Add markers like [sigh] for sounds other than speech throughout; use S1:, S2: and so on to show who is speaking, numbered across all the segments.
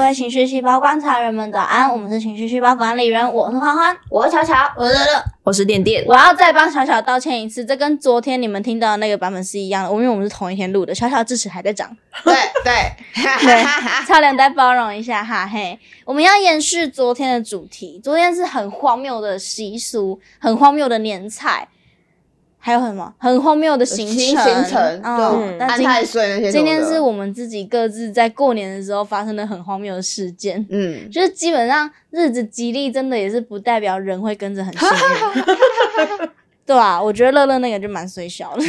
S1: 为情绪细胞观察人们早安，我们是情绪细胞管理员，我是欢欢，
S2: 我是巧巧，
S1: 我是乐乐。
S3: 我是点点，
S1: 我要再帮小小道歉一次，这跟昨天你们听到的那个版本是一样的，因为我们是同一天录的。小小智齿还在长，
S2: 对对，
S1: 对，
S4: [laughs]
S2: 啊
S1: 差点再包容一下哈嘿。我们要延续昨天的主题，昨天是很荒谬的习俗，很荒谬的年菜，还有什么很荒谬的行
S2: 行
S1: 程？
S2: 行程
S1: 嗯
S2: 对，，
S1: 那
S2: 安
S1: 今
S2: 太岁那些什么的。
S1: 今天是我们自己各自在过年的时候发生的很荒谬的事件。
S2: 嗯，
S1: 就是基本上日子吉利，真的也是不代表人会跟着很幸运。
S4: [laughs]
S1: 对啊，我觉得乐乐那个就蛮水小的。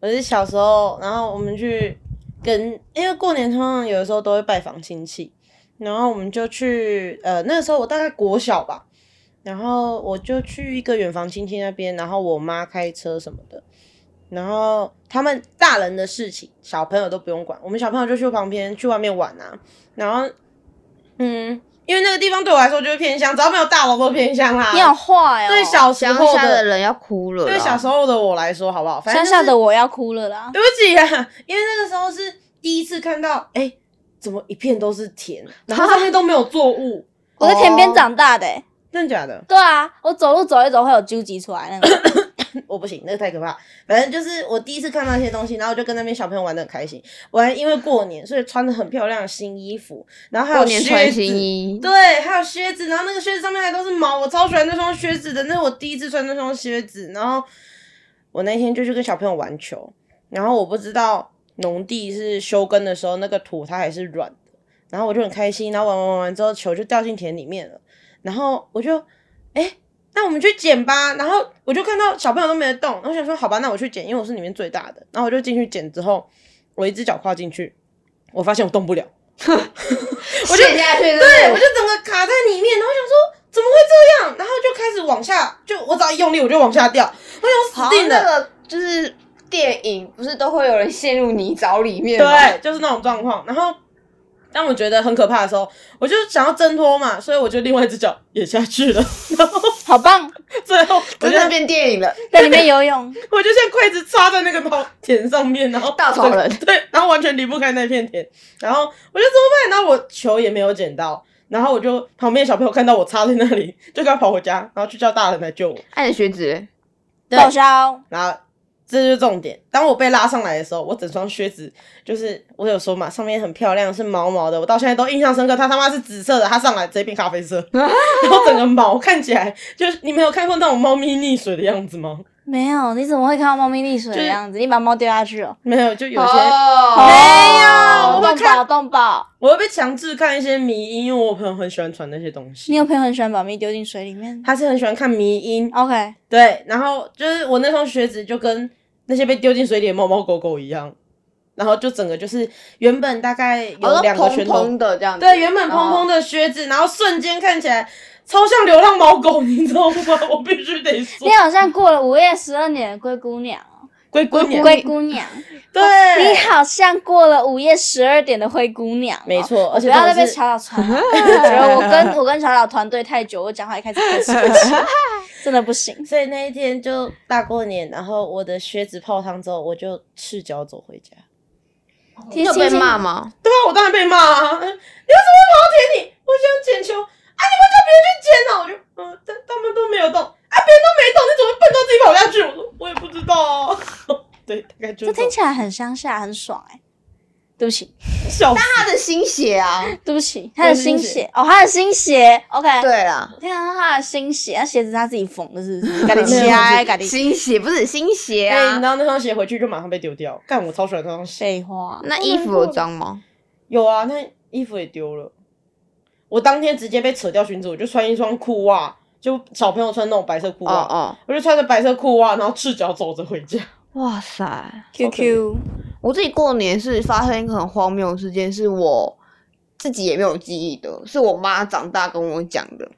S4: 我是小时候，然后我们去跟，因为过年通常有的时候都会拜访亲戚，然后我们就去，呃，那个时候我大概国小吧，然后我就去一个远房亲戚那边，然后我妈开车什么的，然后他们大人的事情，小朋友都不用管，我们小朋友就去旁边去外面玩啊，然后，嗯，因为那个地方对我来说就是偏乡，只要没有大楼都偏乡
S1: [laughs]
S4: 啦。
S1: 你好坏哦！
S4: 啊对小时
S2: 乡
S4: 候
S2: 下的
S4: 的，
S2: 人要哭了啦。
S4: 对小时候的我来说，好不好？反
S1: 乡
S4: 正就是
S1: 下的我要哭了啦。
S4: [laughs] 对不起啊，因为那个时候是第一次看到，哎、怎么一片都是
S2: [laughs]
S4: 田，然后上面都没有作物，
S1: 我在田
S4: 哦
S1: 边长大的、欸。
S4: 真的假的？
S1: 对啊，我走路走一走会有纠集出来那个。
S4: 我不行，那个太可怕。反正就是我第一次看到那些东西，然后我就跟那边小朋友玩的很开心。我还因为过年，所以穿的很漂亮的新衣服，然后还有
S2: 过年穿
S4: 靴子
S2: 新衣， [laughs]
S4: 对，还有靴子，然后那个靴子上面还都是毛，我超喜欢那双靴子的，那是我第一次穿那双靴子。然后我那天就去跟小朋友玩球，然后我不知道农地是休耕的时候，那个土它还是软的，然后我就很开心，然后玩玩玩完之后，球就掉进田里面了，然后我就，哎、那我们去捡吧。然后我就看到小朋友都没得动，然后我想说好吧，那我去捡，因为我是里面最大的。然后我就进去捡之后，我一只脚跨进去，我发现我动不了。
S2: 我就下去，
S4: 对，我就整个卡在里面，然后想说怎么会这样，然后就开始往下，就我只要一用力我就往下掉，我想
S2: 好哦
S4: 死定
S2: 像那
S4: 了。
S2: 个就是电影，不是都会有人陷入泥沼里面吗？
S4: 对，就是那种状况。然后当我觉得很可怕的时候，我就想要挣脱嘛，所以我就另外一只脚也下去了，然后
S1: 好棒，
S4: 最后我
S2: 真
S4: 就
S2: 的变电影了。
S1: 在里面游泳。
S4: 我就像筷子插在那个稻田上面，然后
S2: 稻草人
S4: 整个对，然后完全离不开那片田，然后我就怎么办？然后我球也没有捡到。然后我就旁边小朋友看到我插在那里，就赶快跑回家，然后去叫大人来救我。
S2: 按你的靴子嘞，
S4: 对
S1: 报销。
S4: 然后这就是重点。当我被拉上来的时候，我整双靴子就是我有说嘛，上面很漂亮，是毛毛的，我到现在都印象深刻。它他妈是紫色的，它上来直接变咖啡色，然后整个毛看起来就是你没有看过那种猫咪溺水的样子吗？
S1: 没有，你怎么会看到猫咪溺水的样子？你把猫丢下去哦。
S4: 没有，就有些、
S2: 哦
S4: 没有我
S1: 动
S4: 会
S1: 保
S4: 看
S1: 动保。
S4: 我会被强制看一些迷音，因为我朋友很喜欢传那些东
S1: 你
S4: 西。
S1: 有朋友很喜欢把咪丢进水里面
S4: 他是很喜欢看迷音，
S1: ？OK，
S4: 对，然后就是我那双靴子就跟那些被丢进水里的猫猫狗狗一样，然后就整个就是原本大概
S2: 哦
S4: 有两个拳
S2: 都蓬
S4: 头
S2: 蓬的这样子，
S4: 对，原
S1: 哦
S4: 本蓬蓬的靴子，然后瞬间看起来超像流浪猫狗，你知道吗？ [laughs] 我必须得说
S1: 你，好像过了午夜十二点的灰姑娘哦，
S4: 龟龟娘，
S1: 灰姑娘，你
S4: 对，
S1: 好像过了午夜十二点的灰姑娘哦、
S4: 没错，而且
S1: 不要再被
S4: 重点是 [laughs]
S1: 小小传染，我觉得我跟我跟小小团队太久，我讲话一开始很生气，真的不
S4: [laughs]
S1: 行。
S4: 所以那一天就大过年，然后我的靴子泡汤之后，我就赤脚走回家。
S1: 你
S2: 你有被骂？吗？
S4: 对啊，我当然被骂啊！你为什么会跑到田里？我想捡球啊！你们叫别人去捡啊！我就嗯，但他们都没有动啊，别人都没动，你怎么会笨到自己跑下去？我说我也不知道啊。 [laughs] 对，大概就
S1: 这
S4: 是
S1: 听起来很乡下，很爽哎、对不起，
S4: 种笑死。
S2: 他的心血啊，
S1: 对不起，他的新鞋哦，他的新鞋，OK，
S2: 对
S4: [laughs]
S2: 啦，
S1: 天啊，他的新鞋，那鞋子是他自己缝的，是不是？赶紧起来，赶紧。
S4: [laughs]
S2: 心血不是心血
S4: 哎、你
S2: 啊
S4: 知。道那双鞋回去就马上被丢掉，干我超喜欢那双鞋。
S1: 废话，
S2: 那衣服有脏吗？
S4: 有啊，那衣服也丢了。我当天直接被扯掉裙子，我就穿一双裤袜，就小朋友穿那种白色裤
S2: 哦
S4: 袜，
S2: 哦，
S4: 我就穿着白色裤袜，然后赤脚走着回家。
S2: 哇塞！
S1: QQ，
S2: 我自己过年是发生一个很荒谬的事件，是我自己也没有记忆的，是我妈长大跟我讲的。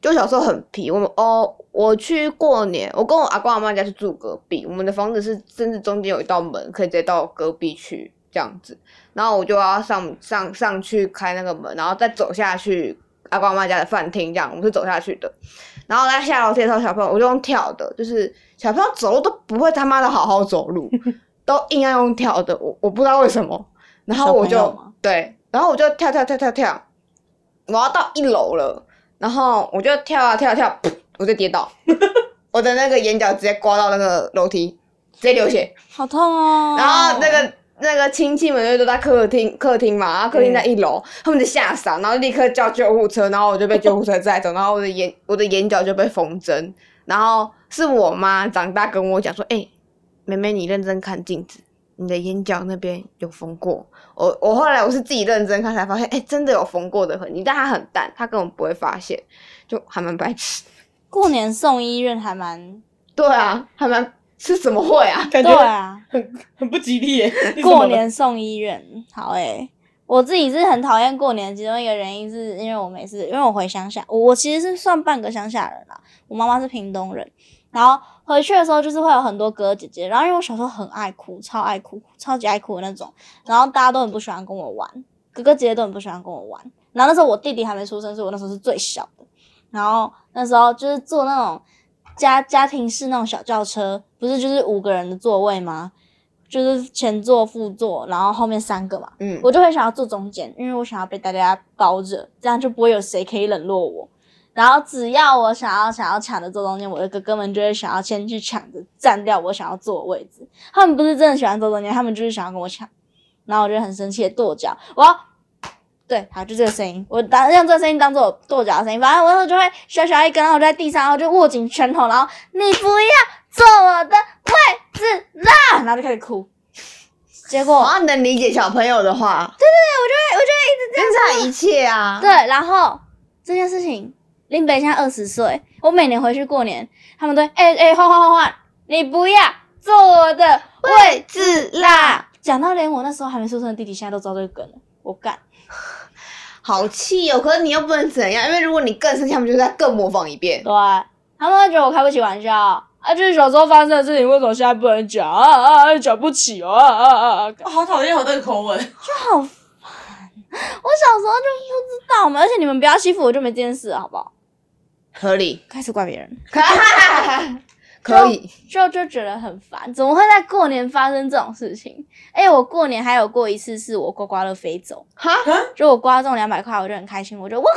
S2: 就小时候很皮，我们哦，我去过年，我跟我阿公阿妈家是住隔壁，我们的房子是甚至中间有一道门，可以直接到隔壁去这样子。然后我就要上上上去开那个门，然后再走下去阿公阿妈家的饭厅，这样我们是走下去的。然后在下楼梯的时候，小朋友我就用跳的，就是小朋友走路都不会他妈的
S1: [laughs]
S2: 好好走路，都硬要用跳的，我我不知道为什么。然后我
S1: 小朋友
S2: 就
S1: 吗
S2: 对然后我就跳跳跳跳跳，我要到一楼了，然后我就跳啊跳啊跳，噗我就跌
S1: [laughs]
S2: 倒，我的那个眼角直接刮到那个楼梯，直接流血。
S1: 好痛哦。
S2: 然后那个那个亲戚们就都在客厅客厅嘛，然后客厅在一楼，他们就吓傻，然后立刻叫救护车，然后我就被救护车载走，然后我的眼我的眼角就被缝针，然后是我妈长大跟我讲说，哎、妹妹你认真看镜子。你的眼角那边有缝过，我我后来我是自己认真看才发现，哎、真的有缝过的痕迹，但它很淡，它根本不会发现，就还蛮白痴。
S1: 过年送医院还蛮
S2: 对啊，还蛮是怎么会啊？
S4: 感
S1: 对
S4: 觉
S1: 啊，
S4: 很不吉利耶。
S1: [laughs]
S4: 你怎么
S1: 过
S4: 了
S1: 年送医院，好诶、我自己是很讨厌过年，其中一个原因是因为我每次因为我回乡下，我我其实是算半个乡下人啦，我妈妈是屏东人，然后回去的时候就是会有很多哥哥姐姐，然后因为我小时候很爱哭，超爱哭，超级爱哭的那种，然后大家都很不喜欢跟我玩，哥哥姐姐都很不喜欢跟我玩，然后那时候我弟弟还没出生，所以我那时候是最小的，然后那时候就是坐那种家家庭式那种小轿车，不是就是五个人的座位吗？就是前座、副座，然后后面三个嘛，
S2: 嗯，
S1: 我就很想要坐中间，因为我想要被大家包着，这样就不会有谁可以冷落我。然后只要我想要想要抢着坐中间，我的哥哥们就会想要先去抢着占掉我想要坐的位置。他们不是真的喜欢坐中间，他们就是想要跟我抢。然后我就很生气的跺脚，我要对，好，就这个声音，我当让这个声音当做我跺脚的声音。反正我那时候就会小小一根，然后我就在地上，然后就握紧拳头，然后你不要坐我的位置啦，然后就开始哭。结果
S2: 我要能理解小朋友的话，哦对对对，我就会我就会一直这样，一切啊，
S1: 对，然后这件事情，林北现在二十岁，我每年回去过年，他们都会哎哎换换换换，你不要坐我的位置啦。讲到连我那时候还没出生的弟弟，现在都知道这个梗了，我干。
S2: 好气哦！可是你又不能怎样，因为如果你更生气，他们就再更模仿一遍。
S1: 对，他们会觉得我开不起玩笑啊，就是小时候发生的事情，为什么现在不能讲啊啊啊，讲不起哦啊啊啊啊，
S4: 哦好讨厌我这个口吻。
S1: 好烦。我小时候就不知道嘛，而且你们不要欺负我，就没这件事了，好不好？
S2: 合 [laughs] 理，
S1: 开始怪别人。
S2: 可以。
S1: 就就觉得很烦，怎么会在过年发生这种事情？哎、我过年还有过一次，是我刮刮乐飞走，
S2: 哈，
S1: 就我刮中两百块，我就很开心，我就我刮中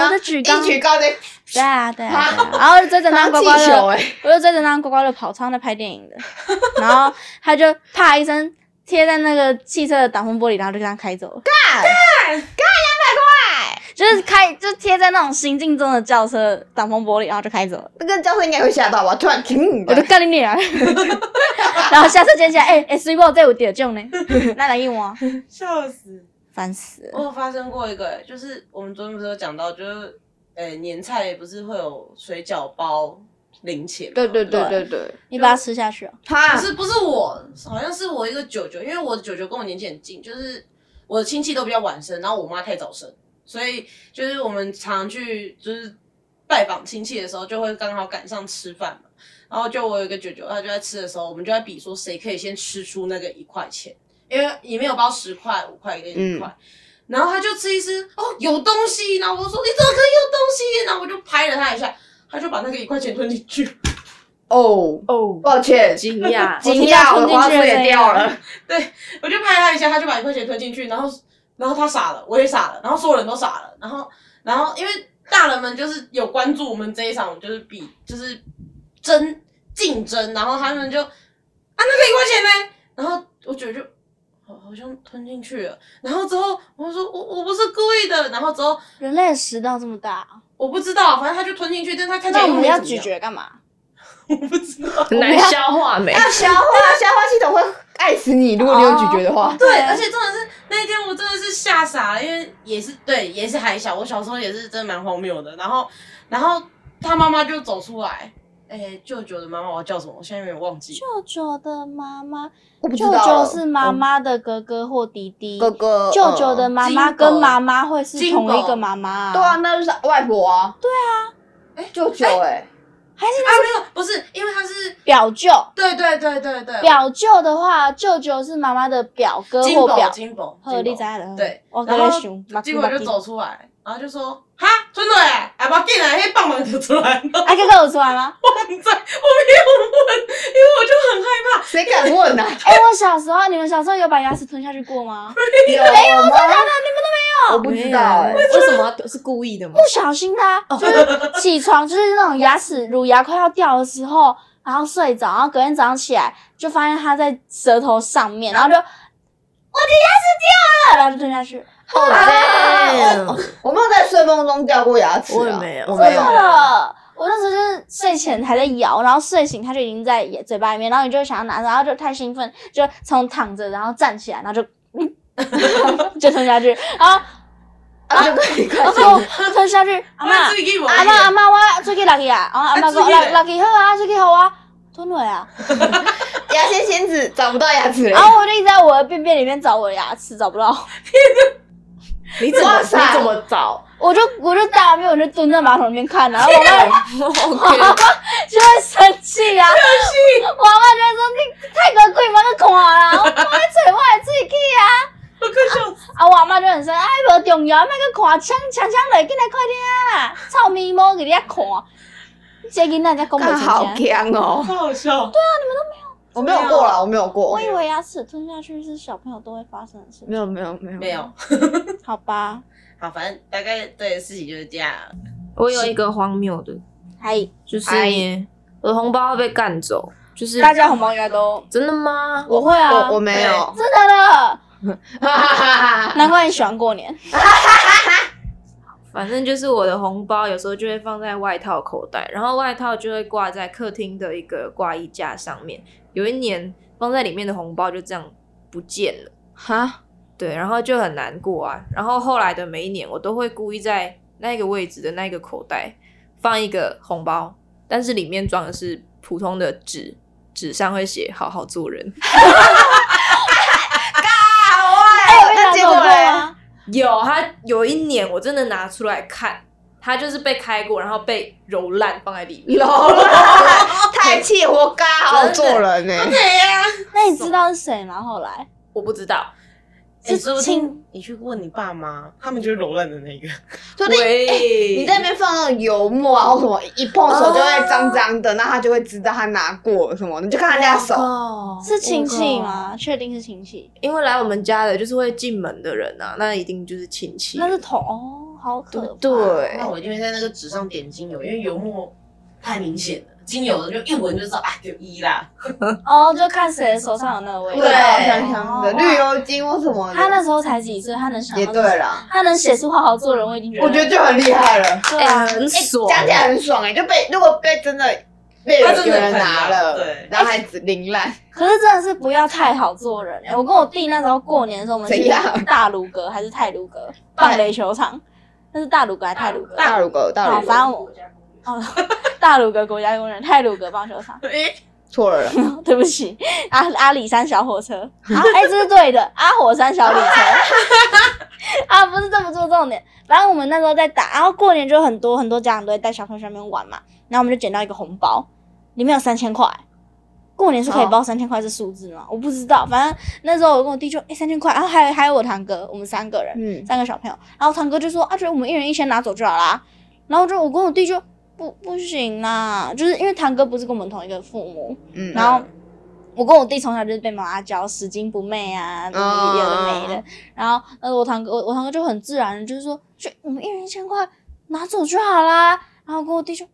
S1: 两百块，然后手就举高
S2: 一，举高的
S1: 对啊对啊，对啊然后就追着那
S2: 当
S1: 个刮
S2: 气
S1: 刮
S2: 球，
S1: 乐，
S2: 哎，
S1: 我就追着那个刮刮乐跑，超像在拍电影的，然后他就啪一声贴在那个汽车的挡风玻璃，然后就给他开走了，干
S4: 干
S1: 两百块，就是开就贴在那种行进中的轿车挡风玻璃，然后就开走了。
S2: 那个教授应该会吓到吧？突然停，
S1: 我就干你娘！ [laughs] 然后下次捡起来，哎、欸，水某这有得奖呢， [laughs] 那来应我，
S4: 笑死！
S1: 烦死了！
S4: 我有发生过一个、就是我们昨天不是有讲到，就是呃、年菜不是会有水饺包零钱吗？
S2: 对对对对对，
S1: 你把它吃下去、哦，
S2: 哈
S4: 不，是不是我，好像是我一个舅舅，因为我舅舅跟我年纪很近，就是我的亲戚都比较晚生，然后我妈太早生，所以就是我们常去就是拜访亲戚的时候，就会刚好赶上吃饭嘛。然后就我有一个舅舅，他就在吃的时候，我们就在比说谁可以先吃出那个一块钱，因为里面有包十块、五块跟一块。然后他就吃一吃，哦，有东西。然后我说你怎么可以有东西？然后我就拍了他一下，他就把那个一块钱吞进去。
S2: 哦，
S1: 哦，
S2: 抱歉，
S3: 惊
S2: [laughs]
S3: 讶，
S2: 惊讶，我的花束也掉
S1: 我
S2: 了，
S4: 我就拍他一下，他就把一块钱吞进去，然后然后他傻了，我也傻了，然后所有人都傻了，然后然后因为大人们就是有关注我们这一场，就是比就是争竞争，然后他们就啊那个一块钱呢，然后我觉得就。好好像吞进去了，然后之后我就说我我不是故意的，然后之后
S1: 人类的食道这么大，
S4: 我不知道，反正他就吞进去，但他看起
S1: 那
S4: 来
S1: 我
S4: 又
S1: 们
S4: 没
S1: 要啊
S4: 怎么
S1: 咀
S4: 样，
S1: 嚼干嘛？
S4: 我不知道。
S3: 很难消化没？
S2: 要啊消化，消化系统会爱死你，如果你有咀嚼的话。
S4: 对，啊而且重点是那一天我真的是吓傻了，因为也是对，也是还小，我小时候也是真的蛮荒谬的。然后，然后他妈妈就走出来，哎、舅舅的妈妈我叫什么？我现在有点忘记。
S1: 舅舅的妈妈，
S2: 我不知
S1: 舅
S2: 道
S1: 舅
S2: 了
S1: 是妈妈的哥哦哥或弟弟，
S2: 哥哥，
S1: 舅舅的
S2: 嗯
S1: 妈妈
S4: 金宝
S1: 跟妈妈会是
S4: 金宝
S1: 同一个妈妈、啊
S2: 对啊，，那就是外婆啊。对啊，哎，舅舅，哎，
S4: 啊，没有，不是，因为他是
S1: 表舅。
S4: 对对对对对，
S1: 表舅的话，舅舅是妈妈的表哥
S4: 金
S1: 或
S4: 宝
S1: 表，
S4: 金宝，
S1: 呵，你
S4: 金
S1: 知
S4: 宝
S1: 道了。
S4: 对
S1: 我跟
S4: 然后
S1: 你想，
S4: 结果就走出来，然后就说哈，真的哎，哎，把进来，嘿，棒棒就出来了。
S1: 啊，哥哥有出来吗？
S4: 我很在，我没有问，因为我就很害怕。
S2: 谁敢问啊？
S1: [laughs] 哎、我小时候，你们小时候有把牙齿吞下去过吗？
S2: 有吗？我不知道哎、
S3: 没有为什么要是故意的
S1: [laughs]
S3: 吗
S1: 不？小心的、啊，就是起床，就是那种牙齿乳牙快要掉的时候，然后睡着，然后隔天早上起来就发现它在舌头上面，然后就我的牙齿掉了， [laughs] 然后就吞下去，
S2: 好
S3: 啊
S2: 我我没有在睡梦中掉过牙齿、啊，
S3: 我也没有
S2: 哦我没有
S1: 掉。了。我那时候就是睡前还在咬，然后睡醒它就已经在也嘴巴里面，然后你就想要拿，然后就太兴奋，就从躺着然后站起来，然后就 [laughs] 嗯，就吞下去，然后
S2: 啊，就 [laughs] 可以看
S1: 然后我吞下去，阿妈
S4: 我。自己我
S1: 阿妈阿妈，我喙齿落去啊！然后阿妈
S4: 哎啊
S1: 讲，
S4: 喙齿嘞
S1: 落落去好啊，喙齿好啊，吞落啊！
S2: 牙仙仙子找不到牙齿
S1: 然
S2: 了。
S1: 后我就一直在我的便便里面找我的牙齿，找不到， [laughs]
S3: 你怎么
S2: 哇
S3: 你
S2: 塞
S3: 怎么找？
S1: 我就我就大便，我就蹲在马桶里面看，
S4: [laughs]
S1: 然后我妈
S3: OK，
S1: 就会生气啊，生气， [laughs] 我妈就会说你太搞鬼嘛，个看啦， [laughs] 我妈嘴我的喙齿啊，
S4: 我快笑死。
S1: 啊我阿妈就很生气，哎无重要，莫去看，抢抢抢来，进来快点啊，臭咪毛给你遐看，这囡仔才讲
S2: 看
S1: 不
S2: 好
S1: 出去。
S2: 强哦！
S4: 好好笑，
S2: 我没有过啦，我没有过
S1: 我，以为牙齿吞下去是小朋友都会发生的事，
S2: 没有没有没有
S4: 没有。
S1: 好吧？
S4: 好，反正大概对的事情就是这样。
S3: [laughs] 我有一个荒谬的，
S1: 还
S3: 就是
S2: 哎
S3: 呢我的红包被干走，就是
S1: 大家红包应该都
S3: 真的吗？
S1: 我会啊，
S2: 我我没有，
S1: 真的了。
S2: 哈哈哈 [laughs] 哈
S1: 难怪你喜欢过年。
S3: 反正就是我的红包有时候就会放在外套口袋，然后外套就会挂在客厅的一个挂衣架上面。有一年放在里面的红包就这样不见了。
S2: 哈，
S3: 对，然后就很难过啊。然后后来的每一年，我都会故意在那个位置的那个口袋放一个红包，但是里面装的是普通的纸，纸上会写“好好做人
S1: 哎，
S2: 那结果嘞？
S1: 吗？”。
S3: [laughs] 有，他有一年我真的拿出来看，它就是被开过，然后被揉烂放在里面。
S2: 有 [laughs] 太气活该，好好做人欸呢。
S4: 对呀、
S1: 那你知道是谁吗？后来
S3: 我不知道，
S4: 你
S1: 是
S4: 欸说不
S1: 亲
S4: 定你去问你爸妈，他们就是柔软的那个。
S2: 说不定
S3: 喂，
S2: 你在那边放那种油墨啊，或什么，一碰手就会脏脏的，那他就会知道他拿过了什么。你就看他家手，
S3: 哦
S1: 是亲戚？吗？确定是亲戚？
S3: 因为来我们家的就是会进门的人啊，那一定就是亲戚。哎
S1: 那是同哦，好可怕。
S3: 对
S4: 那我一定会在那个纸上点精油，因为油墨太明显了，精油的就一闻就知道啊，就一啦。
S1: 哦，就看谁手上有那个味道。
S2: 对，香香的
S1: 哦
S2: 绿油精或什么
S1: 他那
S2: 的，
S1: 时候才几岁，他能想到
S2: 也对啦，
S1: 他能写出好好做人，我已经觉得
S2: 我觉得就很厉害了。
S1: 对
S3: 哎、
S1: 啊。
S3: 很爽、
S2: 讲起来很爽哎、就被如果被真的被有
S4: 他真的
S2: 人拿了，
S4: 对
S2: 然后还只凌乱，
S1: 可是真的是不要太好做人、哎我跟我弟那时候过年的时候，我们
S2: 嗯怎
S1: 去
S2: 样
S1: 大鲁阁还是泰鲁阁棒垒球场，那是大鲁阁还是泰鲁阁？
S2: 大乳沟大
S1: 好，
S2: 乳沟
S1: 反正我哦， [laughs] 大鲁阁国家公园、泰鲁阁棒球场， [laughs]
S4: 哎、
S2: 错了啦，
S1: 对不起，阿阿里山小火车，啊，哎、这是对的，阿火山小火车， [laughs] 啊，不是这么做重点。反正我们那时候在打，然后过年就很多很多家长都会带小朋友去那边玩嘛，然后我们就捡到一个红包，里面有三千块。过年是可以包三千块这数字吗？我不知道，反正那时候我跟我弟就哎三千块，然后还有还有我堂哥，我们三个人，
S2: 嗯，
S1: 三个小朋友，然后堂哥就说啊，觉得我们一人一千拿走就好啦。然后就我跟我弟就不不行啦，就是因为堂哥不是跟我们同一个父母，
S2: 嗯
S1: 然后我跟我弟从小就是被妈妈教拾金不昧啊，就是
S2: 哦
S1: 有的没的。然后呃，我堂哥我我堂哥就很自然的就是说，就我们一人一千块拿走就好啦。然后我跟我弟就，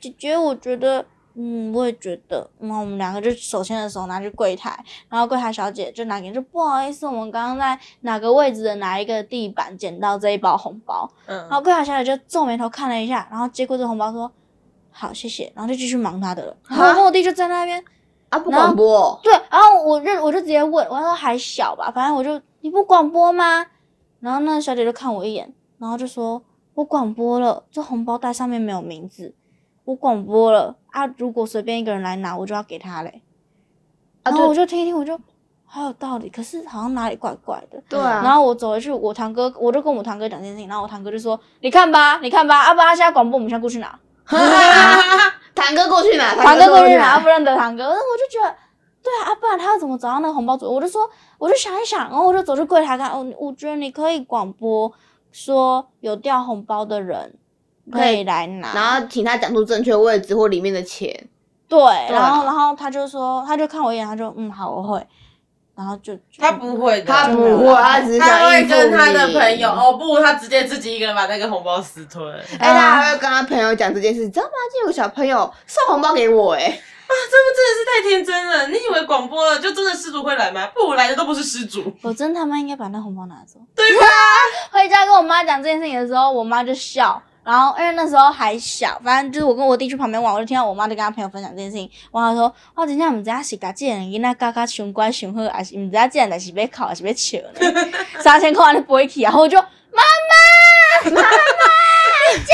S1: 姐姐我觉得。嗯，我也觉得。然后我们两个就手牵着手拿去柜台，然后柜台小姐就拿给你，就不好意思，我们刚刚在哪个位置的哪一个地板捡到这一包红包，然后
S4: 嗯，
S1: 柜台小姐就皱眉头看了一下，然后接过这红包说：“好，谢谢。”然后就继续忙她的了。然后我跟我弟就在那边，
S2: 啊不广播，
S1: 对，然后我就我就直接问，我说还小吧，反正我就你不广播吗？然后那个小姐就看我一眼，然后就说：“我广播了，这红包袋上面没有名字，我广播了啊，如果随便一个人来拿，我就要给他嘞。”
S2: 啊
S1: 然后我
S2: 对
S1: 就听一听，我就好有道理，可是好像哪里怪怪的。
S2: 对啊，
S1: 然后我走回去，我堂哥，我就跟我堂哥讲这件事情，然后我堂哥就说：“你看吧，你看吧，阿啊爸他现在广播，我们现在过去拿，
S2: 堂哥过去拿，
S1: 堂哥过去拿，
S2: 拿
S1: 不，认得堂哥。”我就觉得，对啊，啊不然他要怎么找到那个红包主？我就说，我就想一想，然后我就走去柜台看，哦，我觉得你可以广播，说有掉红包的人可
S2: 可以
S1: 以来拿，
S2: 然后请他讲出正确位置或里面的钱。
S1: 对，
S2: 对
S1: 然后然后他就说，他就看我一眼，他就嗯好，我会，然后就就
S4: [laughs] 他不会的，
S2: 他不
S1: 真的
S2: 会，他只是
S4: 他
S2: 想应
S4: 会
S2: 付
S4: 跟他的
S2: 你
S4: 朋友，哦不，他直接自己一个人把那个红包私吞。
S2: 哎、他还会跟他朋友讲这件事，你知道吗？今天有个小朋友送红包给我、哎，
S4: 真的是太天真了！你以为广播了就真的失主会来吗？不来的都不是失主。
S1: [laughs] 我真他妈应该把那红包拿走。
S4: 对
S1: 吧？ [laughs] 回家跟我妈讲这件事情的时候，我妈就笑。然后因为那时候还小，反正就是我跟我弟去旁边玩，我就听到我妈在跟她朋友分享这件事情。我妈说：“哦，真正毋知影是家己人囡仔嘎嘎熊乖熊好，还是毋知影这人代是要哭还是要笑呢？
S4: [laughs]
S1: 三千块安尼飞去，然后我就妈妈，妈妈，你教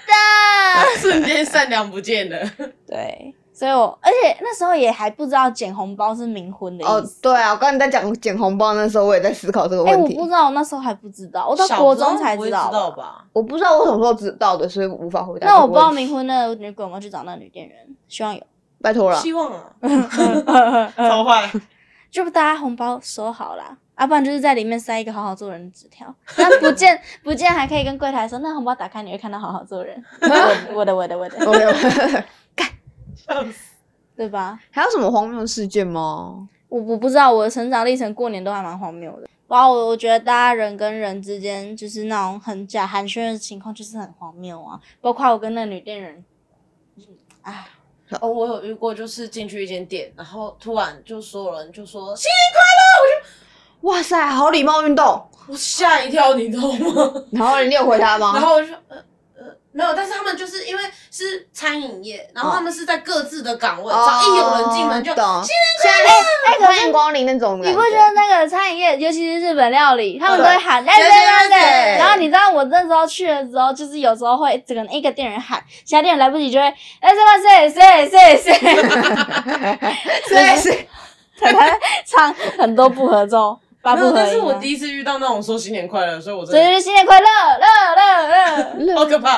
S1: 我的。
S4: [laughs] 瞬间善良不见了，
S1: 对，所以我而且那时候也还不知道捡红包是冥婚的意思。
S2: 哦，对啊，我刚才在讲捡红包那时候，我也在思考这个
S4: 哦
S1: 哎、
S2: 问
S1: 我
S2: 题。
S1: 不知道，我那时候还不知道，我到
S4: 小
S1: 国
S4: 时候
S1: 中才
S4: 不会
S1: 知
S4: 知
S1: 道吧。
S4: 吧？
S2: 我不知道我什么时候知道的，所以无法回答。
S1: 那我不知道，冥婚的女鬼有没有去找那个女店员，希望有。 [laughs]
S2: 拜托了。
S4: 希望啊， [laughs] 超坏。
S1: 就大家红包收好啦，啊，不然就是在里面塞一个好好做人的纸条。那不见不见还可以跟柜台说，那红包打开你会看到好好做人。 [laughs] 我的我的我的我的，
S2: OK，
S1: 对吧？
S2: 还有什么荒谬事件吗？
S1: 我我不知道我的成长历程，过年都还蛮荒谬的。哇，我我觉得大家人跟人之间就是那种很假寒暄的情况，就是很荒谬啊。包括我跟那个女店员，哎，
S4: [laughs] 哦，我有遇过，就是进去一间店，然后突然就所有人就说新年
S2: 哇塞，好礼貌运动。
S4: 快乐，我吓一跳，你知道吗？
S2: 然后你有回他
S1: 啊
S2: 吗？ [laughs]
S4: 然后我就说呃呃没有，但是他们就是因为是餐饮业，
S1: 啊
S4: 然后他们是在各自的岗
S1: 哦
S4: 位，只要一有人进门就
S2: 哦懂。
S4: 新
S2: 现在哎，欢迎光临那种感。
S1: 你不觉得那个餐饮业，尤其是日本料理，他们都会喊哎
S4: 对
S1: 对对
S4: 对对
S1: 对
S4: 对，
S1: 然后你知道我那时候去的时候，就是有时候会只可能一个店员喊，其他店员来不及就会哎什么谁谁谁谁，
S2: 对是
S1: 他们唱很多不合奏，八
S4: 没
S1: 不合
S4: 有，
S1: 音啊。
S4: 但是我第一次遇到那种说新年快乐，所以我真
S1: 所
S4: 的
S1: 以就是新年快乐乐乐乐。
S4: 好可怕！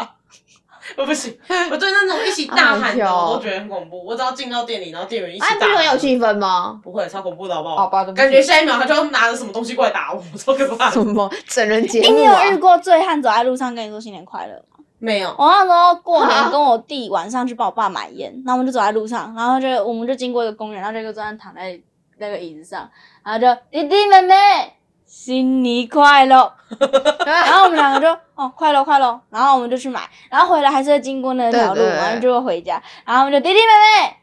S4: [laughs] 我
S1: [laughs]
S4: 不行，我对那种一起大喊的，
S2: 好
S1: 啊
S2: 好笑哦
S4: 我都觉得很恐怖。我只要进到店里，然后店员一起
S2: 哎，不
S4: 大
S2: 是很有
S4: 喊，
S2: 气氛吗？
S4: 不会超恐怖的，好不好？
S2: 好吧对不起
S4: 感觉下一秒他就要拿着什么东西过来打我，超可怕。
S2: 么整人节
S1: 哎，你
S2: 目啊
S1: 有？遇过醉汉走在路上跟你说新年快乐吗？
S4: 没有，
S1: 我那时候过
S2: 啊
S1: 年
S2: [laughs]
S1: 跟我弟晚上去帮我爸买烟，然后我们就走在路上，然后就我们就经过一个公园，然后就一个醉汉躺在那个椅子上，然后就弟弟妹妹新年快乐。
S2: [laughs]
S1: 然后我们两个就哦快乐快乐，然后我们就去买，然后回来还是会经过那条路
S2: 对
S1: 嘛，
S2: 对
S1: 然后就会回家，然后我们就弟弟妹妹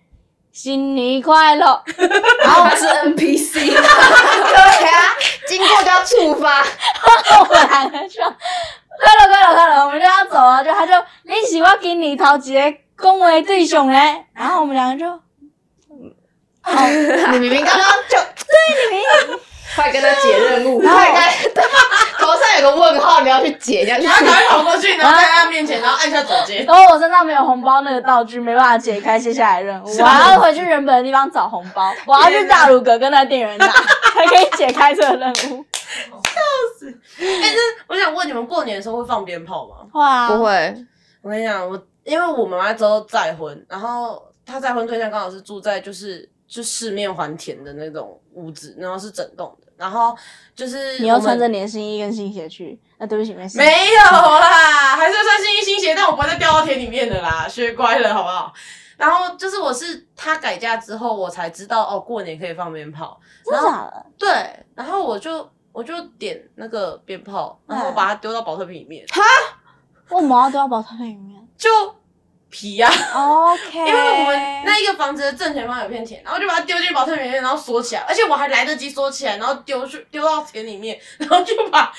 S1: 新年快乐，然后我们
S3: 是 NPC，
S2: [laughs] 对啊，经过就要触 [laughs] 发。
S4: [laughs]
S1: 我们两个就快乐快乐快乐，我们就要走了，就他就你喜欢给你头一个恭维对象嘞，然后我们两个就
S2: 你明明刚刚就
S3: [laughs] 快跟他解任 [laughs] 务。
S2: 然后应该 [laughs] 头上有个问号，你要去解，你要去
S4: 然后赶快跑过去，然后在他面前，然后按下左键。
S1: 然后我身上没有红包那个道具，没办法解开接下来任务，我还要回去原本的地方找红包，我要去大鲁阁跟那店员 [laughs] 拿，才可以解开这个任务。 [laughs]
S4: 但是 [laughs] 我想问你们，过年的时候会放鞭炮吗？
S1: 会啊，
S2: 不会，
S4: 我跟你讲，我因为我妈妈之后再婚，然后她再婚对象刚好是住在就是就四面环田的那种屋子，然后是整栋的，然后就是
S1: 你又
S4: 我们
S1: 穿着你的新衣跟新鞋去，那、对不起，没事。
S4: 没有 [laughs] 啦，还是会穿新衣新鞋，但我不会再掉到田里面的啦，学乖了好不好？然后就是我是他改嫁之后，我才知道哦，过年可以放鞭炮。
S1: 真的啊假的？
S4: 对，然后我就我就点那个鞭炮，然后我把它丢到保特瓶里面，
S1: 我毛都要保特瓶里面。
S4: 就皮呀、
S1: OK，
S4: 因为我
S1: 哎
S4: 们那一个房子的正前方有片田，然后就把它丢进保特瓶里面，然后锁起来，而且我还来得及锁起来，然后丢去丢到田里面，然后就把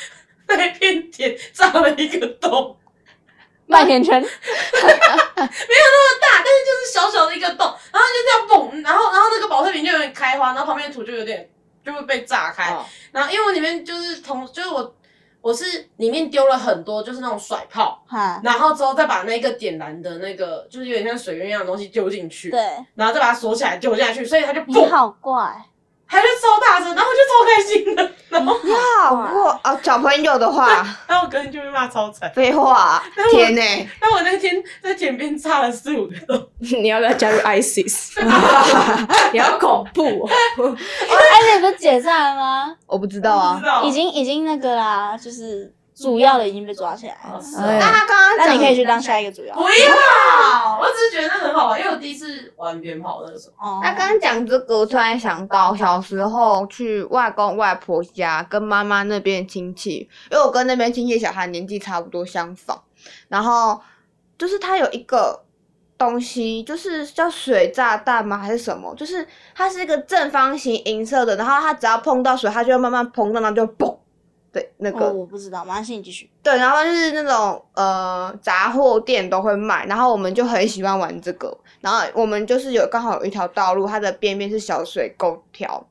S4: 那一片田炸了一个洞。
S1: 麦田
S4: [laughs]
S1: 圈，
S4: 大，但是就是小小的一个洞，然后就这样蹦，然后然后那个保特瓶就有点开花，然后旁边的土就有点就会被炸开，
S2: 哦
S4: 然后因为我里面就是同就是我我是里面丢了很多就是那种甩炮，
S1: 哈，
S4: 然后之后再把那个点燃的那个就是有点像水源一样的东西丢进去，
S1: 对，
S4: 然后再把它锁起来丢下去，所以它就
S1: 你
S4: 蹦，
S1: 好怪，
S4: 它就超大声，然后我就超开心的，然后
S1: 你
S2: 好过啊，小朋友的话，
S4: 然后我跟人就被骂超惨，
S2: 废话，天呢，
S4: 但我那天在田边炸了四五个洞。
S3: [laughs] 你要不要加入 ISIS？你要恐怖、哦，
S1: 而且不是解散了吗？
S2: 我不知道
S4: 不
S2: 啊
S1: 哦
S4: 知，道
S1: 已经已经那个啦，就是主要的已经被抓起来了。
S3: 是
S2: 那
S3: 哦
S2: 他刚刚
S1: 那
S2: 讲，
S1: 你可以去当下一个主要。
S4: 不要，我只是觉得那很好玩，因为我第一次玩鞭炮那个时候。
S1: 哦，
S2: 他刚刚讲这个，我突然想到小时候去外公外婆家跟妈妈那边亲戚，因为我跟那边亲戚小孩年纪差不多相仿，然后就是他有一个东西，就是叫水炸弹吗还是什么？就是它是一个正方形银色的，然后它只要碰到水，它就会慢慢膨胀，然后就嘣，对，那个、
S1: 哦，我不知道，马来西亚你继续。
S2: 对，然后就是那种呃杂货店都会卖，然后我们就很喜欢玩这个。然后我们就是有刚好有一条道路，它的边边是小水沟条，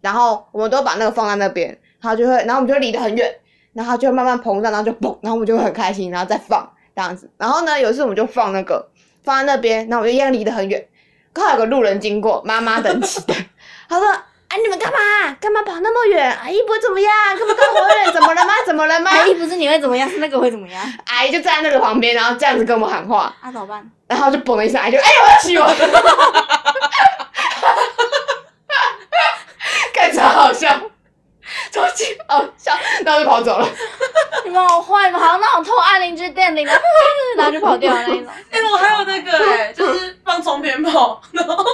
S2: 然后我们都把那个放在那边，它就会，然后我们就离得很远，然后它就会慢慢膨胀，然后就嘣，然后我们就会很开心，然后再放这样子。然后呢，有一次我们就放那个放在那边，然后我就一样离得很远，刚好有个路人经过，妈妈等起的， [laughs] 她说。啊！你们干嘛？干嘛跑那么远？阿姨不会怎么样？干嘛跟我远？怎么了吗？怎么了吗？
S1: 阿姨不是你会怎么样，是那个会怎么样？
S2: 阿姨就站在那个旁边，然后这样子跟我们喊话，
S1: 那怎么办？
S2: 然后就嘣的一声，阿姨就哎呦我要 [laughs] 去我，看起来好笑，超级好笑，然后就跑走了。
S1: 你们好坏吗？好像那种偷按邻居电铃的，然后就跑掉的那一种。
S4: 哎、我还有那个哎、就是放冲鞭炮，然后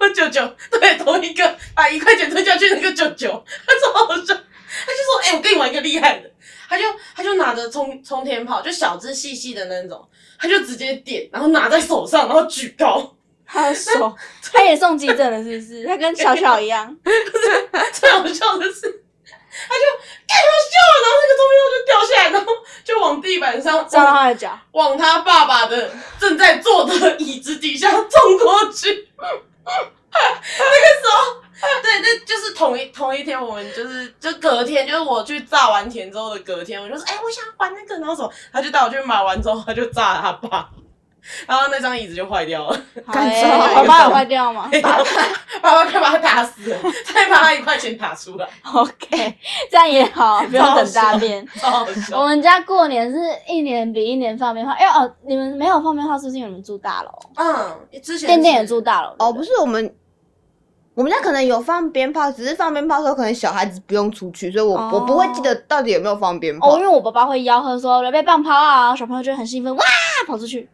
S4: 我舅舅对同一个把一块钱推下去那个舅舅，他超好笑，他就说：“哎、我跟你玩一个厉害的。”他就他就拿着冲冲天炮，就小只细细的那种，他就直接点，然后拿在手上，然后举高。 [laughs]
S1: 他的手， [laughs] 他也送急诊了，是不是？他跟小小一样，
S4: 最好笑的是，他就太好笑了，然后那个冲天炮就掉下来，然后就往地板上
S1: 撞到他的脚。
S4: 往他爸爸的正在坐的椅子底下撞过 [laughs] 去。那个时候，对，那就是同一同一天，我们就是就隔天，就是我去炸完田之后的隔天，我就说，哎、我想要玩那个，然后什么，他就带我去买完之后，他就炸了他爸，然后那张椅子就坏掉了，
S1: 好
S2: 干
S1: 欸
S2: 超
S1: 我爸有坏掉吗
S4: 爸爸快把他打死了，再把他一块钱打出来，
S1: ？OK，这样也好，不用等大便。
S4: 超好
S1: 我
S4: 笑。
S1: 们家过年是一年比一年放鞭炮，因为哦，你们没有放鞭炮，是不是因为你们住大楼？
S4: 嗯，之前
S1: 店店也
S4: 是
S1: 住大楼
S2: 哦，不
S1: 是
S2: 是我们，我们家可能有放鞭炮，只是放鞭炮的时候可能小孩子不用出去，所以我、我不会记得到底有哦没有放鞭炮。
S1: 哦，因为我爸爸会吆喝说来被棒炮啊，小朋友就很兴奋 [laughs] 哇跑出去，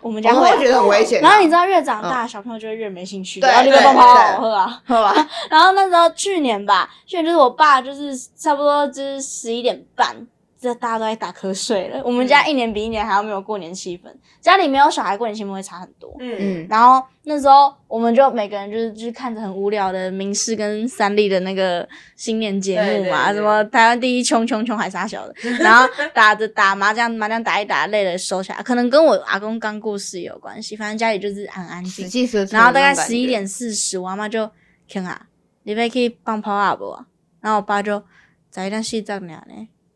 S1: 我嗯们家
S2: 我
S1: 会啊。
S2: 会觉得很危险啊、
S1: 然后你知道越长大，小朋友就会越没兴趣，
S2: 对
S1: 然后那个
S2: 对
S1: 棒炮
S2: 对
S1: 好喝啊。
S2: 道吧？
S1: 然后那时候去年吧，去年就是我爸就是差不多就是十一点半，这大家都在打瞌睡了。我们家一年比一年还要没有过年气氛，家里没有小孩过年气氛会差很多。
S4: 嗯，
S2: 嗯，
S1: 然后那时候我们就每个人就是就是看着很无聊的明视跟三立的那个新年节目嘛，啊
S4: 对对对
S1: 什么台湾第一穷穷穷还傻小的，然后打着打麻将麻将打一打累了收起来，可能跟我阿公刚过世也有关系，反正家里就是很安静
S2: 死。气死。
S1: 然后大概十一，点四十，我阿妈就看啊，你要去放炮啊不啊？然后我爸就十一点四十呢，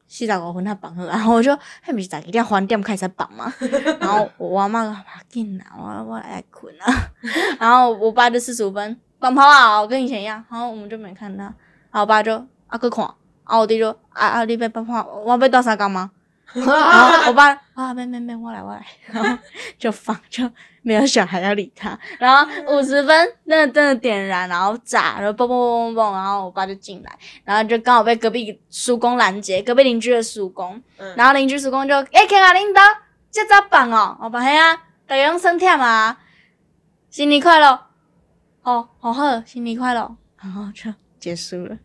S1: 四十五分他放好，然 [laughs] 后我就还不是十一点翻点开始放嘛。 [laughs] 然后我阿妈讲啊紧啦，我我来困啊。 [laughs] 然后我爸就四十五分放炮啊，我跟以前一样。然后我们就没看到，然后我爸就啊去看，啊我弟就啊啊你要放炮，我要到三干吗？ [laughs] 然后我爸啊，妹妹妹，我来我 [laughs] 来，然后就放，就没有小孩要理他。然后五十分，那个真的点燃，然后炸，然后嘣嘣嘣嘣嘣，然后我爸就进来，然后就刚好被隔壁叔公拦截，隔壁邻居的叔公，
S4: 嗯
S1: 然后邻居叔公就哎，看啊，领导，这咋办哦？我爸嘿啊，大家拢生忝啊，新年快乐，哦，好好，新年快乐，然后就结束了，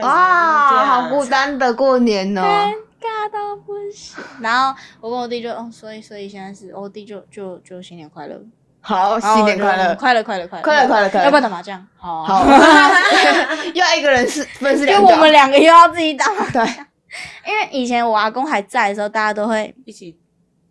S2: 哇，好孤单的过年哦。
S1: 尴尬到不行。然后我跟我弟就哦，所以所以现在是我弟就就就新年快乐。
S2: 好，
S1: 然后
S2: 新年快
S1: 我
S2: 乐
S1: 就，嗯快乐快乐快乐
S2: 快乐快乐快乐
S1: 要不要打麻将？好
S2: [laughs]
S1: 啊
S2: 好，又要一个人是分饰
S1: 因
S2: 两
S1: 为
S2: 角。
S1: 我们两个又要自己打麻
S2: 对
S1: 将。 [laughs] 因为以前我阿公还在的时候，大家都会
S4: 一起，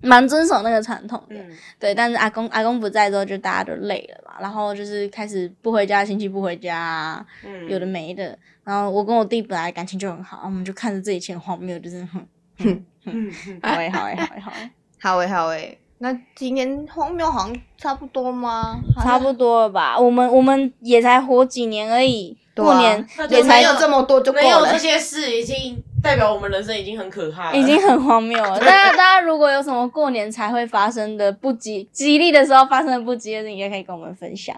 S1: 蛮遵守那个传统的，
S4: 嗯，
S1: 对。但是阿公阿公不在之后，就大家就累了嘛，然后就是开始不回家，亲戚不回家啊、
S4: 嗯
S1: 有的没的。然后我跟我弟本来感情就很好，我们就看着这一切很荒谬，就是哼，
S4: 嗯嗯
S1: 好欸诶好诶好诶好诶，
S2: 好诶、好诶、那今年荒谬好像差不多吗？
S1: 差不多了吧？我们我们也才活几年而已，
S2: 对啊
S1: 过年
S4: 那就
S1: 也
S2: 也
S1: 才
S2: 才有这么多就够
S4: 没有
S2: 了
S4: 这。些事已经代表我们人生已经很可怕了，
S1: 已经很荒谬
S2: [laughs]
S1: 了。大家大家如果有什么过年才会发生的不吉吉利的时候发生的不吉利的事情，也可以跟我们分享。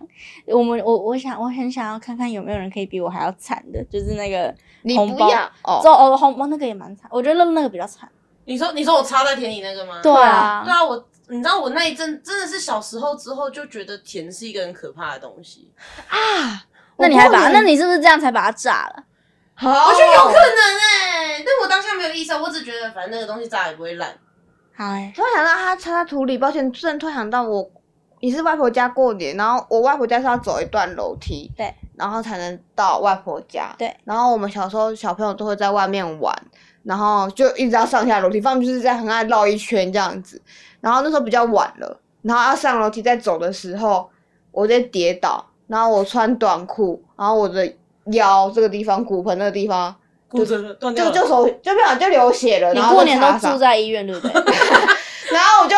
S1: 我们我我想我很想要看看有没有人可以比我还要惨的，就是那个
S2: 你
S1: 红
S2: 不
S1: 包
S2: 要哦，
S1: 做哦红包那个也蛮惨，我觉得那个比较惨。
S4: 你说你说我插在田里那个吗？
S1: 对啊
S4: 对啊，我你知道我那一阵真的是小时候之后就觉得田是一个很可怕的东西，
S1: 那你还把那你是不是这样才把它炸了？
S2: 我
S4: 我觉得有可能哎、但我当下没有意识到，我只觉得反正那个东西炸也不会烂。
S1: 好哎、
S2: 突然想到他插在土里，抱歉，突然突然想到我也是外婆家过年，然后我外婆家是要走一段楼梯，
S1: 对，
S2: 然后才能到外婆家，
S1: 对。
S2: 然后我们小时候小朋友都会在外面玩，然后就一直要上下楼梯，反正就是在很爱绕一圈这样子。然后那时候比较晚了，然后要上楼梯再走的时候，我在跌倒，然后我穿短裤，然后我的腰这个地方骨盆那个地方
S4: 骨折了，断
S2: 就
S4: 掉了。
S2: 就手就不小心就流血了，
S1: 你
S2: 然后
S1: 过
S2: 就
S1: 年
S2: 擦
S1: 都
S2: 伤
S1: 住在医院对不
S2: [laughs]
S1: 对？
S2: 然后我就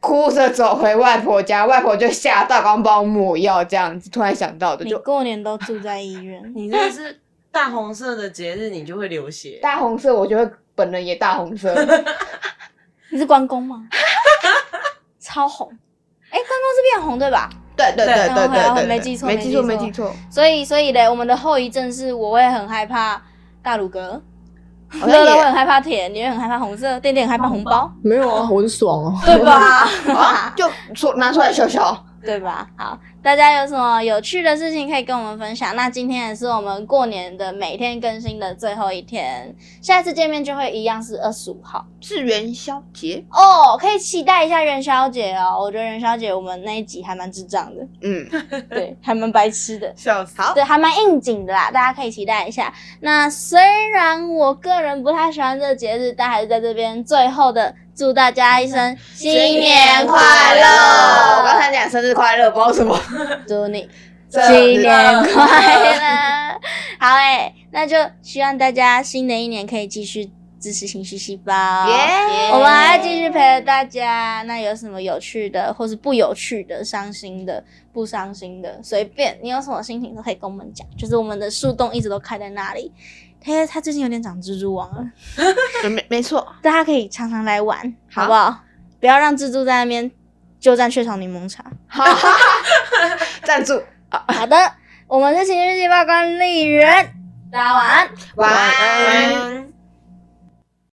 S2: 哭着走回外婆家，外婆就吓到，刚帮我抹药这样子，突然想到的
S1: 你
S2: 就
S1: 过年都住在医院，
S4: 你真的是大红色的节日，你就会流血。
S2: 大红色，我就会本人也大红色，
S1: 你是关公
S2: [laughs]
S1: 吗？超红，哎、关公是变红对吧？
S2: 对对对对
S1: 然后
S2: 对
S1: 还
S2: 对，
S1: 有没记错
S2: 没
S1: 没
S2: 记
S1: 记
S2: 错
S1: 错
S2: 没记错，
S1: 所以所以嘞，我们的后遗症是我会很害怕大鲁哥，
S2: 好
S1: 乐
S2: 像 [laughs]
S1: 乐会
S2: 也
S1: 很害怕甜，你会很害怕红色，店店很害怕红包，
S5: 没有啊，我是爽啊。
S1: 对
S2: [laughs]
S1: 吧？
S2: 啊就出拿出来笑笑，
S1: 对吧？好，大家有什么有趣的事情可以跟我们分享？那今天也是我们过年的每天更新的最后一天，下一次见面就会一样是二十五号
S2: 是元宵节，
S1: 哦，可以期待一下元宵节哦。我觉得元宵节我们那一集还蛮智障的，
S2: 嗯，
S1: 对，还蛮白痴的。
S4: 笑死！
S1: 对，还蛮应景的啦，大家可以期待一下。那虽然我个人不太喜欢这个节日，但还是在这边最后的祝大家一声新年快
S2: 我刚
S1: 乐，
S2: 才讲生日快乐，不知道什么，
S1: 祝你新年快乐。 [laughs] 好诶、那就希望大家新的一年可以继续支持情绪细胞。
S2: 耶
S1: 我们还要继续陪着大家。那有什么有趣的，或是不有趣的、伤心的、不伤心的，随便你有什么心情都可以跟我们讲。就是我们的树洞一直都开在那里，它它最近有点长蜘蛛网了，
S2: 没没错，
S1: 大家可以常常来玩，
S2: 好
S1: 好不好？不要让蜘蛛在那边鸠占鹊巢柠檬茶。
S2: 哈哈哈赞助，
S1: 好的，我们是情绪细胞管理人，大家晚安。
S2: 晚
S4: 晚安。